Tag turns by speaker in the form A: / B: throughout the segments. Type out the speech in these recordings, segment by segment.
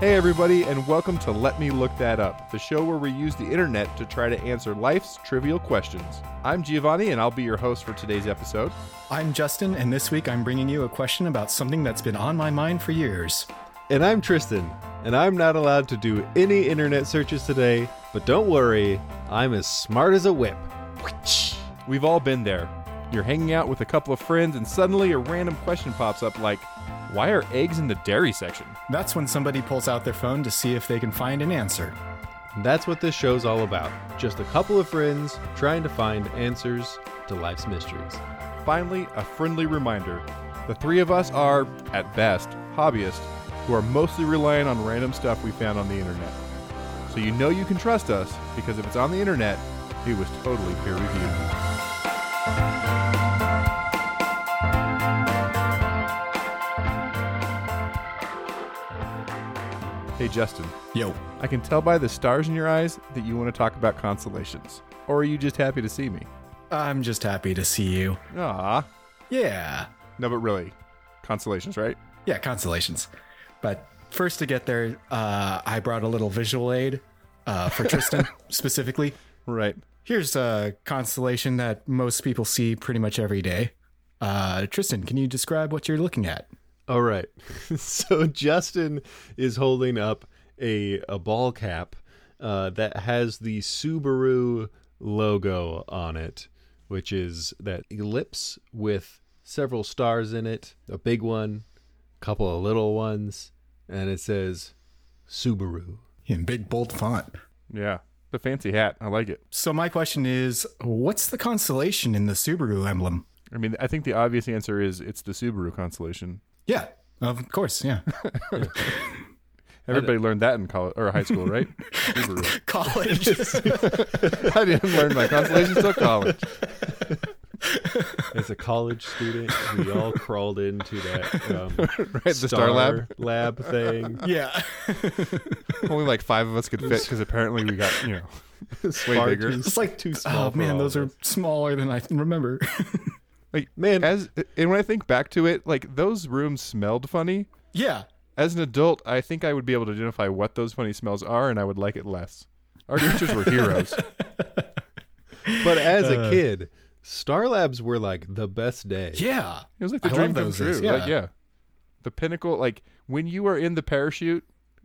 A: Hey, everybody, and welcome to Let Me Look That Up, the show where we use the internet to try to answer life's trivial questions. I'm Giovanni, and I'll be your host for today's episode.
B: I'm Justin, and this week I'm bringing you a question about something that's been on my mind for years.
C: And I'm Tristan, and I'm not allowed to do any internet searches today, but don't worry, I'm as smart as a whip.
A: We've all been there. You're hanging out with a couple of friends, and suddenly a random question pops up like, Why are eggs in the dairy section?
B: That's when somebody pulls out their phone to see if they can find an answer.
C: And that's what this show's all about just a couple of friends trying to find answers to life's mysteries.
A: Finally, a friendly reminder the three of us are, at best, hobbyists who are mostly relying on random stuff we found on the internet. So you know you can trust us because if it's on the internet, it was totally peer reviewed. Hey, Justin,
B: Yo,
A: I can tell by the stars in your eyes that you want to talk about constellations. Or are you just happy to see me?
B: I'm just happy to see you.
A: Ah,
B: Yeah.
A: No, but really, constellations, right?
B: Yeah, constellations. But first, to get there, uh, I brought a little visual aid uh, for Tristan specifically.
A: Right.
B: Here's a constellation that most people see pretty much every day. Uh, Tristan, can you describe what you're looking at?
C: All right. so Justin is holding up a a ball cap uh, that has the Subaru logo on it, which is that ellipse with several stars in it, a big one, a couple of little ones, and it says Subaru.
B: In big bold font.
A: Yeah. The fancy hat. I like it.
B: So my question is, what's the constellation in the Subaru emblem?
A: I mean, I think the obvious answer is it's the Subaru constellation.
B: Yeah, of course, yeah.
A: Everybody learned that in college or high school, right? Subaru.
B: College.
A: I didn't learn my constellations till college.
C: As a college student, we all crawled into that um,
A: Right, the Star Lab.
C: lab thing.
B: yeah.
A: Only like five of us could fit because apparently we got you know way
C: Far
A: bigger.
C: too-
B: It's like
C: too
B: Oh
C: small. for
B: man,
C: all
B: those
C: of
B: are
C: us.
B: smaller than I can remember.
A: Like
C: man.
A: as and when I think back to it, like those rooms smelled funny.
B: yeah.
A: As an adult, I think I would be able to identify what those funny smells are, and I would like it less. Our teachers were heroes.
C: But as
A: Uh.
C: a kid, Star Labs were like the best day.
B: Yeah.
A: It was like the
B: I
A: dream
B: love
A: come
B: those
A: true.
B: days,
A: Like,
B: yeah.
A: yeah, the pinnacle. Like when you were in the parachute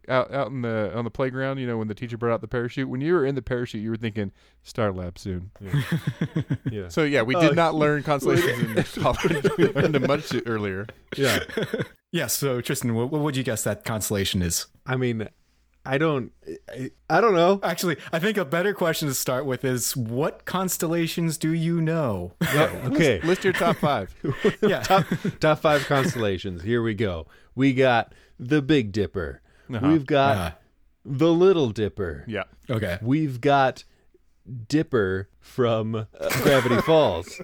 A: out out in the on the playground. You know when the teacher brought out the parachute. When you were in the parachute, you were thinking Star Lab soon.
C: Yeah.
A: So yeah, we
B: Oh,
A: did not learn constellations in college. We learned them much earlier.
C: yeah.
B: Yeah, so Tristan, what, what would you guess that constellation is?
C: I mean, I don't, I, I don't know.
B: Actually, I think a better question to start with is what constellations do you know?
C: okay.
A: List your top five.
B: yeah.
C: top, top five constellations. Here we go. We got the Big Dipper. We've got
B: Uh-huh.
C: the Little Dipper.
A: Yeah.
B: Okay.
C: We've got Dipper from uh, Gravity Falls.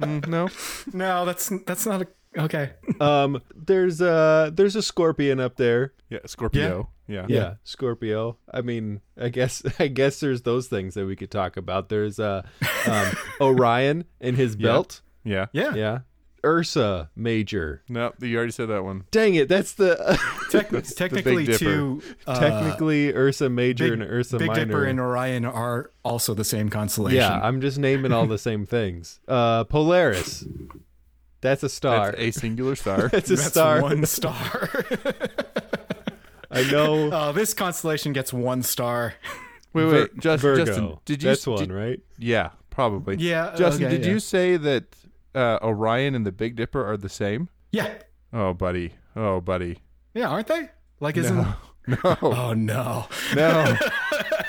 A: Mm, no.
B: No, that's that's not a okay.
C: Um, there's a there's a scorpion up there.
A: Yeah. Scorpio. Yeah.
C: yeah, Scorpio. I mean, I guess I guess there's those things that we could talk about. There's uh, um, Orion and his belt.
A: Yeah.
B: Yeah.
C: Yeah, Ursa Major.
A: No, you already said that one.
C: Dang it, that's the
B: Tec- technically
A: Dipper.
B: two uh,
C: technically Ursa Major
B: Big,
C: and Ursa
B: Big
C: Minor.
B: Dipper and Orion are also the same constellation.
C: yeah, I'm just naming all the same things. Uh, Polaris. That's a star.
A: That's a singular star.
C: That's a
B: That's
C: star.
B: one star.
C: I know.
B: uh, this constellation gets one star.
A: Wait,
C: Vir-
A: wait, Just,
C: Virgo.
A: Justin, did you?
C: That's one,
A: did-
C: right?
A: Yeah, probably.
B: Yeah, uh,
A: Justin,
B: okay,
A: did
B: yeah.
A: you say that uh, Orion and the Big Dipper are the same?
B: Yeah.
A: Oh, buddy. Oh, buddy.
B: Yeah, aren't they? Like, isn't.
A: No,
B: Oh, no.
A: no.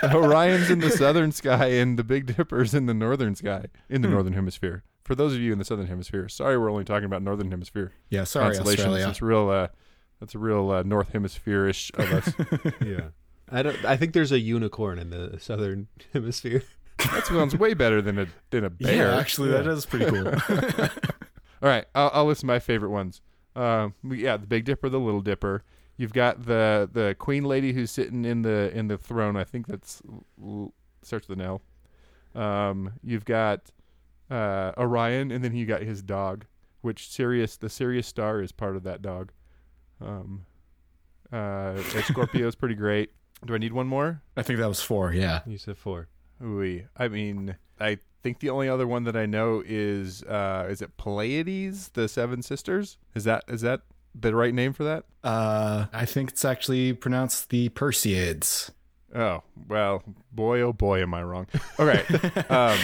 A: Orion's in the southern sky, and the Big Dipper's in the northern sky, in the
C: Hmm.
A: northern hemisphere. For those of you in the southern hemisphere, sorry, we're only talking about northern hemisphere
B: Yeah, sorry,
A: constellations.
B: Australia.
A: That's real. Uh, that's a real uh, north hemisphere-ish of us.
C: Yeah. I don't. I think there's a unicorn in the southern hemisphere.
A: that sounds way better than a than a bear.
B: Yeah, actually, that is pretty cool.
A: All right, I'll, I'll list my favorite ones. Um, we- yeah, the Big Dipper, the Little Dipper. You've got the the queen lady who's sitting in the in the throne. I think that's L- starts with an L. Um, you've got uh, Orion, and then you got his dog, which Sirius the Sirius star is part of that dog. Um, uh, and Scorpio's pretty great. Do I need one more?
B: I think that was four. Yeah.
C: You said four.
A: Ooh, I mean, I think the only other one that I know is uh, is it Pleiades, the Seven Sisters? Is that is that the right name for that?
B: Uh, I think it's actually pronounced the Perseids.
A: Oh well, boy oh boy, am I wrong? Okay, um,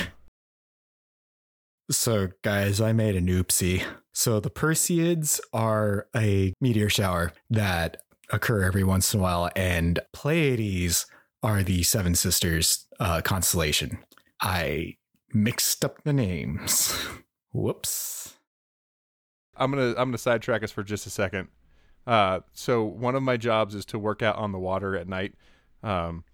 B: So, guys, I made an oopsie. So, the Perseids are a meteor shower that occur every once in a while, and Pleiades are the Seven Sisters uh, constellation. I mixed up the names. Whoops.
A: I'm gonna I'm gonna sidetrack us for just a second. Uh, so one of my jobs is to work out on the water at night, um,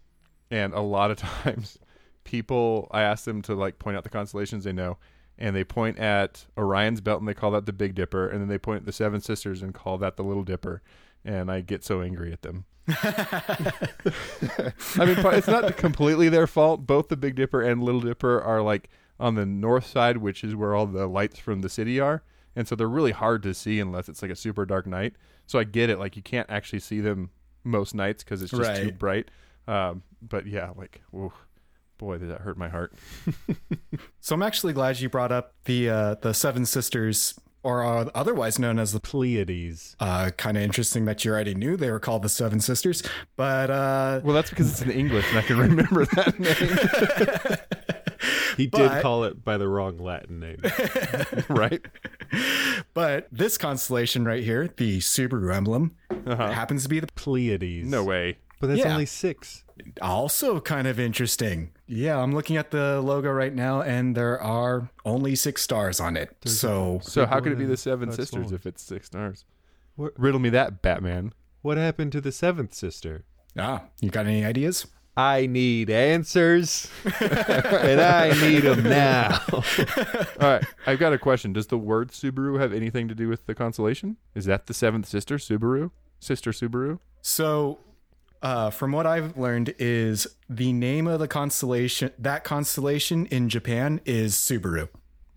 A: and a lot of times people I ask them to like point out the constellations they know, and they point at Orion's Belt and they call that the Big Dipper, and then they point at the Seven Sisters and call that the Little Dipper, and I get so angry at them. I mean, it's not completely their fault. Both the Big Dipper and Little Dipper are like on the north side, which is where all the lights from the city are. And so they're really hard to see unless it's like a super dark night. So I get it. Like, you can't actually see them most nights because it's just too
B: Right.
A: bright. Um, but yeah, like, ooh, boy, did that hurt my heart.
B: So, I'm actually glad you brought up the uh, the Seven Sisters, or are otherwise known as the
C: Pleiades.
B: uh, kind of interesting that you already knew they were called the Seven Sisters, but uh,
A: Well, that's because it's in English and I can remember that name,
C: He did
B: But-
C: call it by the wrong Latin name.
A: right?
B: but this constellation right here, the Subaru emblem,
A: Uh-huh.
B: happens to be the
C: Pleiades.
A: No way.
C: But that's
B: Yeah.
C: only six.
B: also kind of interesting. Yeah, I'm looking at the logo right now, and there are only six stars on it. so
A: So, how could it be
C: Golden
A: the Seven
C: Touch
A: Sisters
C: Lord.
A: if it's six stars?
C: What-
A: Riddle me that, Batman.
C: What happened to the seventh sister?
B: ah, you got any ideas?
C: I need answers, and I need them now.
A: All right, I've got a question. Does the word Subaru have anything to do with the constellation? Is that the seventh sister, Subaru? Sister Subaru?
B: So, uh, from what I've learned, is the name of the constellation that constellation in Japan is Subaru.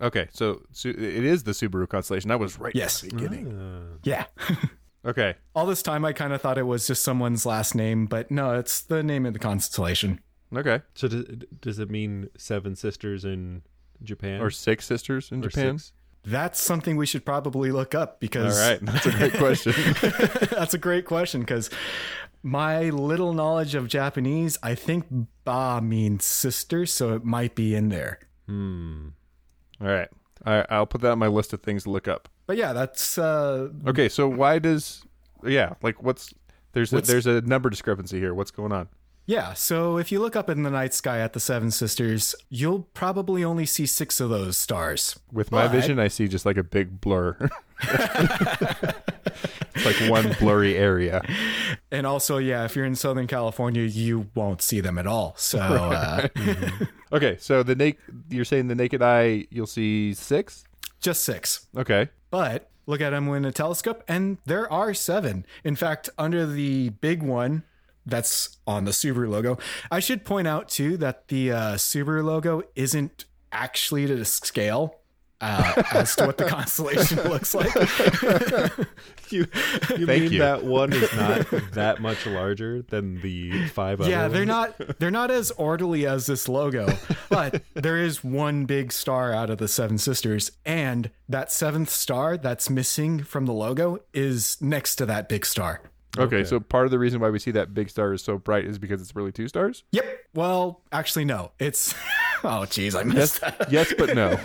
A: Okay, so, Su- it is the Subaru constellation. I was right
B: Yes.
A: at the beginning.
C: Uh,
B: Yeah.
A: Okay,
B: All this time, I kind of thought it was just someone's last name, but no, it's the name of the constellation.
A: okay.
C: So does, does it mean seven sisters in Japan
A: Or six sisters in
C: Or
A: Japan?
C: six?
B: That's something we should probably look up
A: All
B: because
A: right, that's a great question.
B: that's a great question. Because my little knowledge of Japanese, I think ba means sister, so it might be in there.
A: All right, I- I'll put that on my list of things to look up.
B: But yeah, that's uh,
A: Okay, so why does yeah, like what's there's a, there's a number discrepancy here. What's going on?
B: yeah. So if you look up in the night sky at the Seven Sisters, you'll probably only see six of those stars.
A: With my
B: But-
A: vision, I see just like a big blur. it's like one blurry area.
B: And also, yeah, if you're in Southern California, you won't see them at all. So uh,
A: Okay, so the naked you're saying the naked eye you'll see six.
B: just six.
A: Okay,
B: but look at them in a telescope and there are seven in fact under the big one that's on the subaru logo i should point out too that the uh, subaru logo isn't actually to the scale uh, as to what the constellation looks like
C: You,
A: Thank
C: you mean
A: you.
C: that one is not that much larger than the five other
B: yeah they're
C: ones?
B: not they're not as orderly as this logo but there is one big star out of the seven sisters and that seventh star that's missing from the logo is next to that big star
A: okay. So part of the reason why we see that big star is so bright is because it's really two stars.
B: Yep. Well, actually, no. It's oh, geez, I missed that.
A: yes, but no.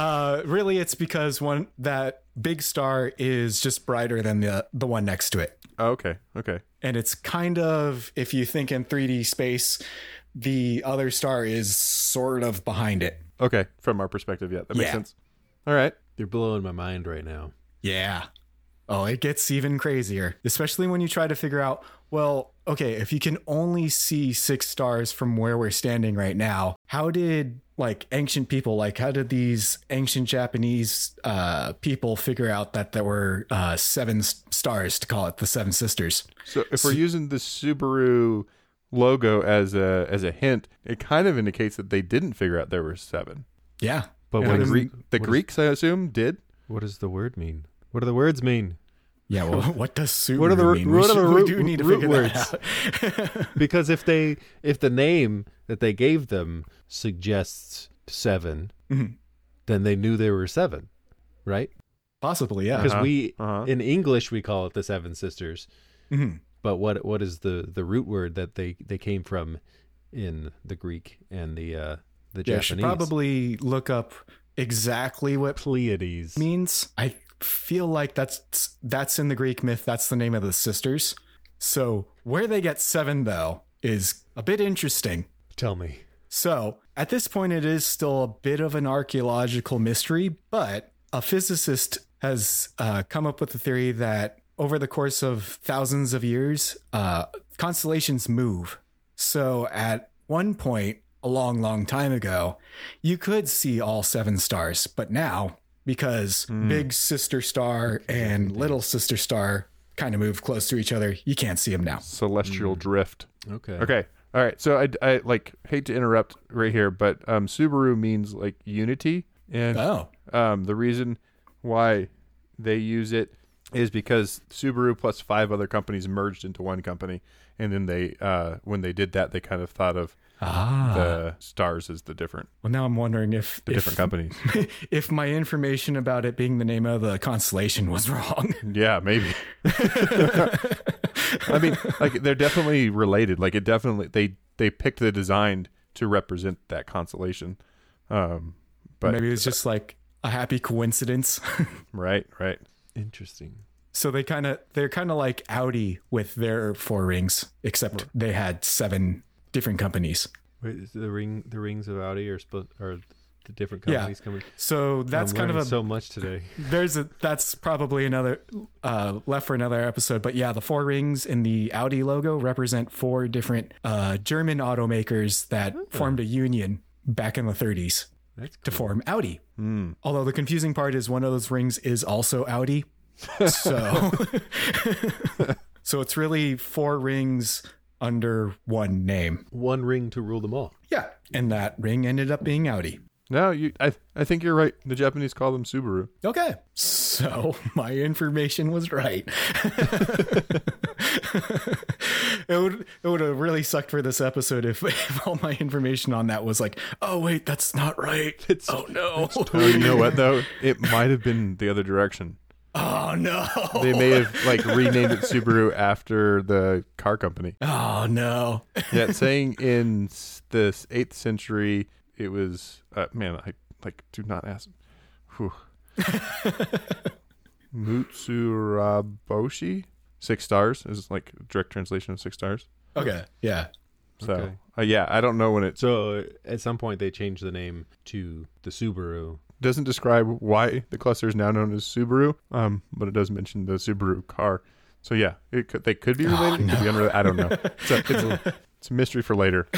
B: Uh, really, it's because one that big star is just brighter than the the one next to it,
A: Okay, okay.
B: and it's kind of if you think in 3D space, the other star is sort of behind it.
A: Okay, from our perspective, yeah, that makes
B: Yeah.
A: sense. All right.
C: They're blowing my mind right now.
B: Yeah. Oh, it gets even crazier, especially when you try to figure out, well, okay, if you can only see six stars from where we're standing right now, how did like ancient people like how did these ancient japanese uh people figure out that there were uh seven s- stars to call it the seven sisters
A: So if we're using the Subaru logo as a as a hint, it kind of indicates that they didn't figure out there were seven.
B: yeah
C: But
A: And
C: what
A: the,
C: is-
A: Greek, the
C: what is-
A: Greeks, I assume, did.
C: What does the word mean? What do the words mean?
B: yeah well what does Subaru
C: What are the-
B: mean?
C: what
B: we,
C: are the
B: should- we
C: root-
B: do need to
C: root
B: figure that out
C: Because if they if the name that they gave them suggests 7
B: Mhm.
C: then they knew there were seven, right?
B: possibly yeah
C: Because
A: Uh-huh,
C: we
A: uh-huh.
C: in English we call it the Seven Sisters,
B: Mhm.
C: but what what is the the root word that they they came from in the Greek and the uh the
B: yeah should
C: Japanese?
B: probably look up exactly what
C: Pleiades.
B: means. I feel like that's that's in the Greek myth. That's the name of the sisters. So where they get seven though is a bit interesting.
C: Tell me.
B: So at this point, it is still a bit of an archaeological mystery, but a physicist has uh, come up with the theory that over the course of thousands of years, uh, constellations move. So at one point, a long, long time ago, you could see all seven stars, but now because big sister star and little sister star kind of move close to each other, you can't see them now.
C: Hmm.
A: Celestial drift.
C: Okay.
A: Okay. All right. So I, I like hate to interrupt right here, but um, Subaru means like unity, and
B: Oh,
A: um, the reason why they use it is because Subaru plus five other companies merged into one company, and then they uh, when they did that, they kind of thought of
B: ah.
A: the stars as the different
B: well, now I'm wondering if
A: the
B: if
A: different companies.
B: if my information about it being the name of the constellation was wrong.
A: Yeah, maybe. I mean, like they're definitely related. Like it definitely they they picked the design to represent that constellation. Um, but
B: Maybe it was just like a happy coincidence.
A: right, right.
C: Interesting.
B: so they kind of they're kind of like Audi with their four rings, except they had seven different companies.
C: Wait, is the ring the rings of Audi are supposed are the different
B: Yeah.
C: companies coming?
B: So that's
C: I'm
B: kind of
C: learning
B: a
C: so much today.
B: there's a that's probably another uh left for another episode, but yeah, the four rings in the Audi logo represent four different uh German automakers that formed a union back in the 30s
C: Hmm. That's
B: to
C: cool.
B: form Audi.
A: Hmm.
B: Although the confusing part is one of those rings is also Audi. So So it's really four rings under one name.
C: one ring to rule them all.
B: Yeah. And that ring ended up being Audi.
A: No, you. I I think you're right. The Japanese call them Subaru.
B: Okay. So my information was right. it would it would have really sucked for this episode if, if all my information on that was like, oh wait, that's not right.
C: It's-
B: oh no.
A: Oh, you know what though? It might have been the other direction.
B: Oh no.
A: They may have like renamed it Subaru after the car company.
B: oh no.
A: Yeah, it's saying in s- this eighth century, it was uh, man. I like do not ask. Whew. Mutsuraboshi, six stars is like direct translation of six stars.
B: Okay. Yeah.
A: So
C: Okay.
A: uh, yeah, I don't know when it
C: So uh, at some point they changed the name to the Subaru.
A: doesn't describe why the cluster is now known as Subaru, um, but it does mention the Subaru car. So yeah, it could, they could be related. it could be unrelated. I don't know. It's a, it's, a, it's a mystery for later.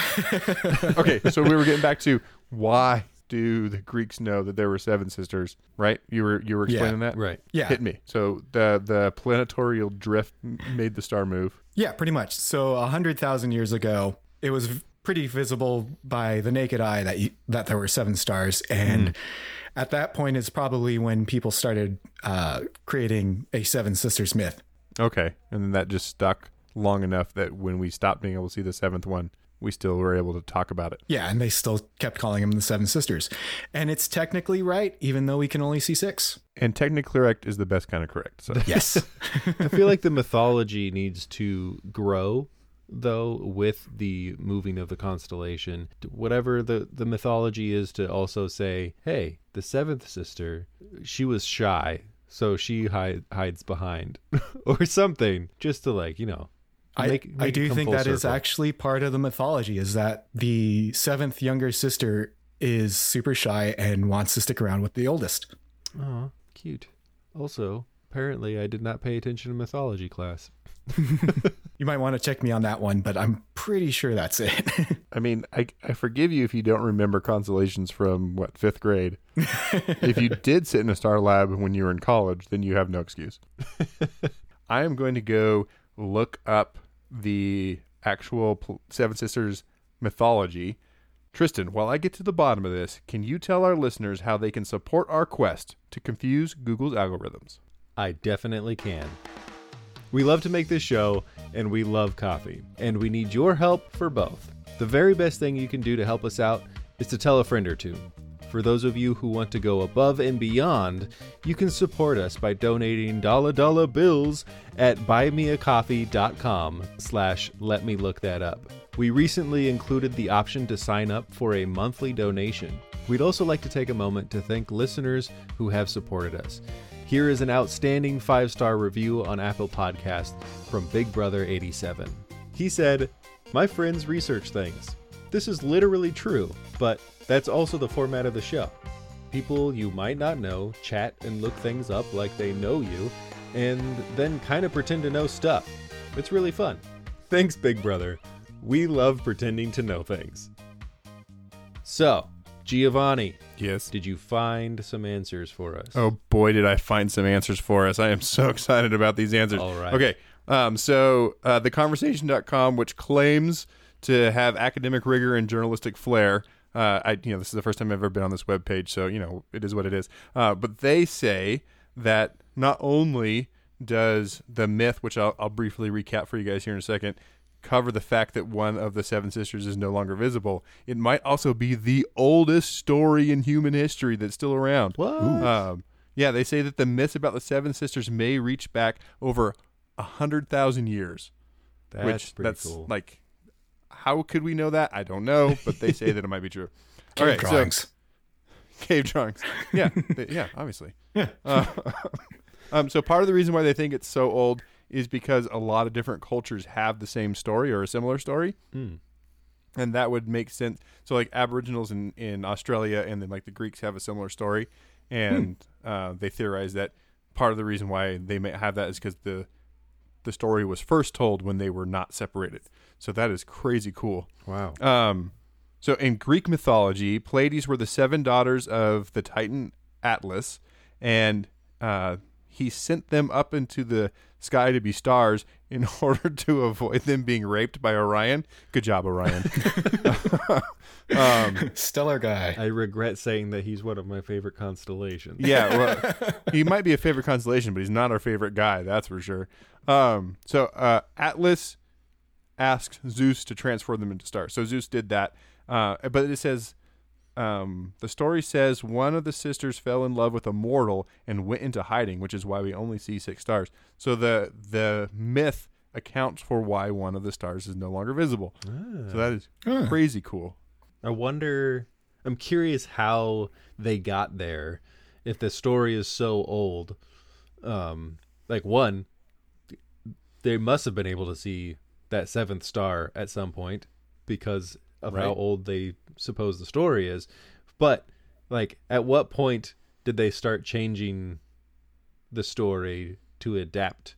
A: okay, so we were getting back to why do the Greeks know that there were seven sisters? Right? You were you were
B: Yeah,
A: explaining that.
C: Right.
B: Yeah.
A: Hit me. So the the planetary drift m- made the star move.
B: Yeah, pretty much. So a hundred thousand years ago, it was v- pretty visible by the naked eye that you, that there were seven stars, and
C: Mm.
B: at that point, it's probably when people started uh, creating a seven sisters myth.
A: Okay, and then that just stuck long enough that when we stopped being able to see the seventh one, we still were able to talk about it.
B: Yeah, and they still kept calling them the seven sisters, and it's technically right, even though we can only see six.
A: And technically correct is the best kind of correct. So.
B: Yes.
C: I feel like the mythology needs to grow though with the moving of the constellation whatever the the mythology is to also say hey the seventh sister she was shy so she hide, hides behind or something just to like you know
B: I,
C: make-
B: I
C: make it
B: do
C: come
B: think
C: full
B: that is
C: circle.
B: actually part of the mythology is that the seventh younger sister is super shy and wants to stick around with the oldest.
C: Aw, cute. Also, apparently I did not pay attention to mythology class.
B: You might want to check me on that one, but I'm pretty sure that's it.
A: I mean, I, I forgive you if you don't remember consolations from what fifth grade. if you did sit in a star lab when you were in college, then you have no excuse. I am going to go look up the actual pl- Seven Sisters mythology. Tristan, while I get to the bottom of this, can you tell our listeners how they can support our quest to confuse Google's algorithms?
C: I definitely can. We love to make this show, and we love coffee, and we need your help for both. The very best thing you can do to help us out is to tell a friend or two. For those of you who want to go above and beyond, you can support us by donating dollar dollar bills at buymeacoffee.com slash let me look that up. We recently included the option to sign up for a monthly donation. We'd also like to take a moment to thank listeners who have supported us. Here is an outstanding five star review on Apple Podcast from Big Brother 87. He said, My friends research things. This is literally true, but that's also the format of the show. People you might not know chat and look things up like they know you, and then kind of pretend to know stuff. It's really fun. Thanks, Big Brother. We love pretending to know things. So, Giovanni,
A: Yes.
C: did you find some answers for us?
A: Oh boy, did I find some answers for us. I am so excited about these answers.
C: All right.
A: Okay. Um, so, uh, theconversation.com, which claims to have academic rigor and journalistic flair. Uh, I, you know, this is the first time I've ever been on this webpage, so, you know, it is what it is. Uh, but they say that not only does the myth, which I'll, I'll briefly recap for you guys here in a second, cover the fact that one of the seven sisters is no longer visible, it might also be the oldest story in human history that's still around.
C: What?
A: Um, yeah, they say that the myths about the seven sisters may reach back over a hundred thousand years,
C: that's
A: which
C: pretty
A: that's
C: cool.
A: like, how could we know that? I don't know, but they say that it might be true. All right, so
B: drawings.
A: cave drawings. Yeah, they- yeah, obviously. Uh, um, so part of the reason why they think it's so old is because a lot of different cultures have the same story or a similar story
C: Hmm.
A: and that would make sense. So like Aboriginals in in Australia and then like the Greeks have a similar story, and uh, they theorize that part of the reason why they may have that is because the the story was first told when they were not separated. So that is crazy cool.
C: Wow.
A: Um, so in Greek mythology, Pleiades were the seven daughters of the Titan Atlas, and uh, he sent them up into the sky to be stars in order to avoid them being raped by Orion. Good job, Orion. um,
B: Stellar guy.
C: I regret saying that he's one of my favorite constellations.
A: yeah, well, he might be a favorite constellation, but he's not our favorite guy, that's for sure. Um, so uh, Atlas asked Zeus to transform them into stars. So Zeus did that. Uh, but it says um, the story says one of the sisters fell in love with a mortal and went into hiding, which is why we only see six stars. So the the myth accounts for why one of the stars is no longer visible. So that is
B: Huh.
A: crazy cool.
C: I wonder. I'm curious how they got there. If the story is so old, um, like one, they must have been able to see that seventh star at some point because of how
A: Right.
C: old they suppose the story is. But like, at what point did they start changing the story to adapt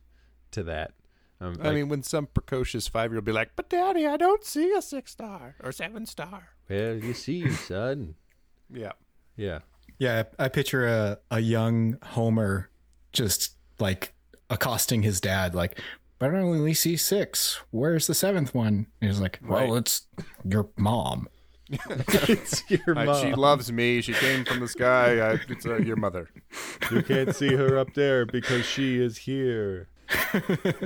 C: to that? Um,
A: I
C: like,
A: mean, when some precocious five year old be like, "But daddy, I don't see a six star or seven star."
C: well, you see, son.
A: Yeah.
C: Yeah.
B: Yeah, I I picture a, a young Homer just like accosting his dad, like, but I only see six. Where's the seventh one? And he's like, well,
A: Right.
B: it's your mom.
C: it's your
A: I- she loves me. She came from the sky. I, it's uh, your mother.
C: You can't see her up there because she is here.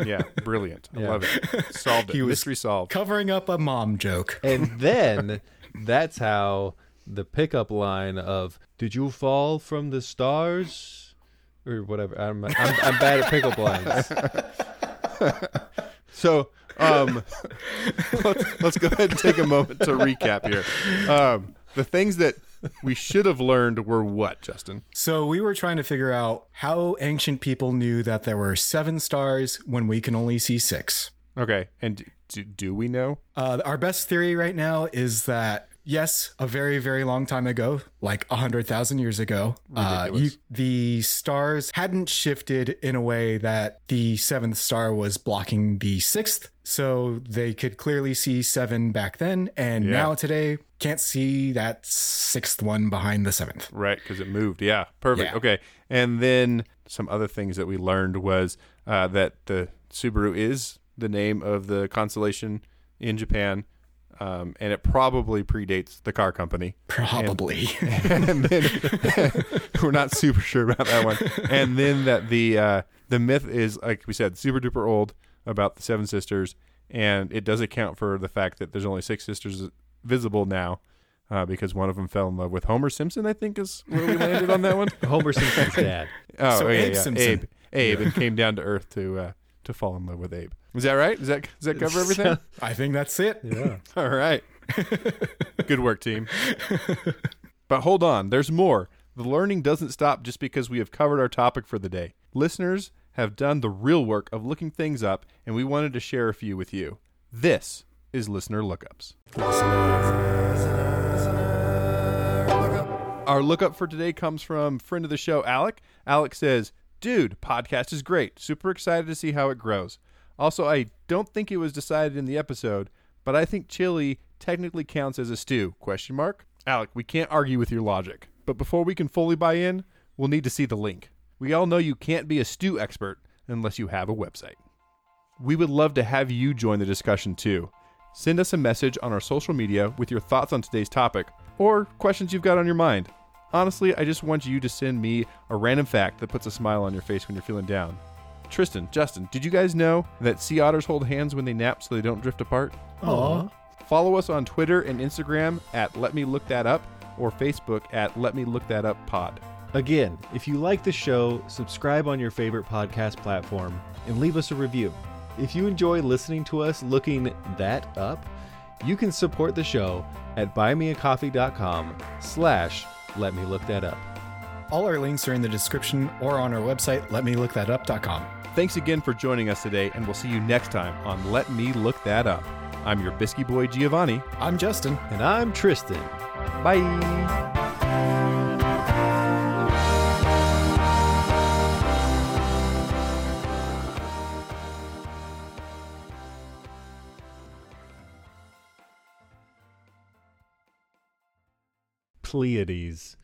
A: Yeah, brilliant. I
C: Yeah.
A: love it. Solved it.
B: He was-
A: Mystery solved.
B: Covering up a mom joke.
C: And then that's how the pickup line of "Did you fall from the stars?" or whatever. I'm I'm, I'm bad at pickup lines.
A: So, um, let's, let's go ahead and take a moment to recap here. Um, the things that we should have learned were what, Justin?
B: So we were trying to figure out how ancient people knew that there were seven stars when we can only see six.
A: Okay, and do, do we know?
B: Uh, our best theory right now is that yes, a very very long time ago, like a hundred thousand years ago, uh, you,
A: Ridiculous.
B: the stars hadn't shifted in a way that the seventh star was blocking the sixth. So they could clearly see seven back then, and
A: Yeah.
B: now today can't see that sixth one behind the seventh.
A: Right, because it moved. Yeah, perfect.
B: Yeah.
A: Okay, and then some other things that we learned was uh, that the Subaru is the name of the constellation in Japan, um, and it probably predates the car company.
B: Probably.
A: and then we're not super sure about that one. And then that the uh, the myth is like we said, super duper old about the seven sisters, and it does account for the fact that there's only six sisters visible now. Uh, because one of them fell in love with Homer Simpson, I think is where we landed on that one.
C: Homer Simpson's dad.
A: Oh,
B: So
A: yeah,
B: Abe
A: yeah.
B: Simpson.
A: Abe, Abe, and came down to Earth to uh, to fall in love with Abe. Is that right? Does that does that cover everything?
B: I think that's it.
C: Yeah.
A: All right. Good work, team. But hold on, there's more. The learning doesn't stop just because we have covered our topic for the day. Listeners have done the real work of looking things up, and we wanted to share a few with you. This is Listener Lookups. Our lookup for today comes from friend of the show, Alec. Alec says, Dude, podcast is great. Super excited to see how it grows. Also, I don't think it was decided in the episode, but I think chili technically counts as a stew. Question mark? Alec, we can't argue with your logic. But before we can fully buy in, we'll need to see the link. We all know you can't be a stew expert unless you have a website. We would love to have you join the discussion too. Send us a message on our social media with your thoughts on today's topic or questions you've got on your mind. Honestly, I just want you to send me a random fact that puts a smile on your face when you're feeling down. Tristan, Justin, did you guys know that sea otters hold hands when they nap so they don't drift apart?
B: Aw.
A: Follow us on Twitter and Instagram at Let Me Look That Up or Facebook at Let Me Look That Up Pod.
C: Again, if you like the show, subscribe on your favorite podcast platform and leave us a review. If you enjoy listening to us looking that up, you can support the show at buymeacoffee.com slash let me look that up.
B: All our links are in the description or on our website, letmelookthatUp.com.
A: Thanks again for joining us today, and we'll see you next time on Let Me Look That Up. I'm your Bisky Boy Giovanni.
B: I'm Justin.
C: And I'm Tristan.
A: Bye.
C: Pleiades.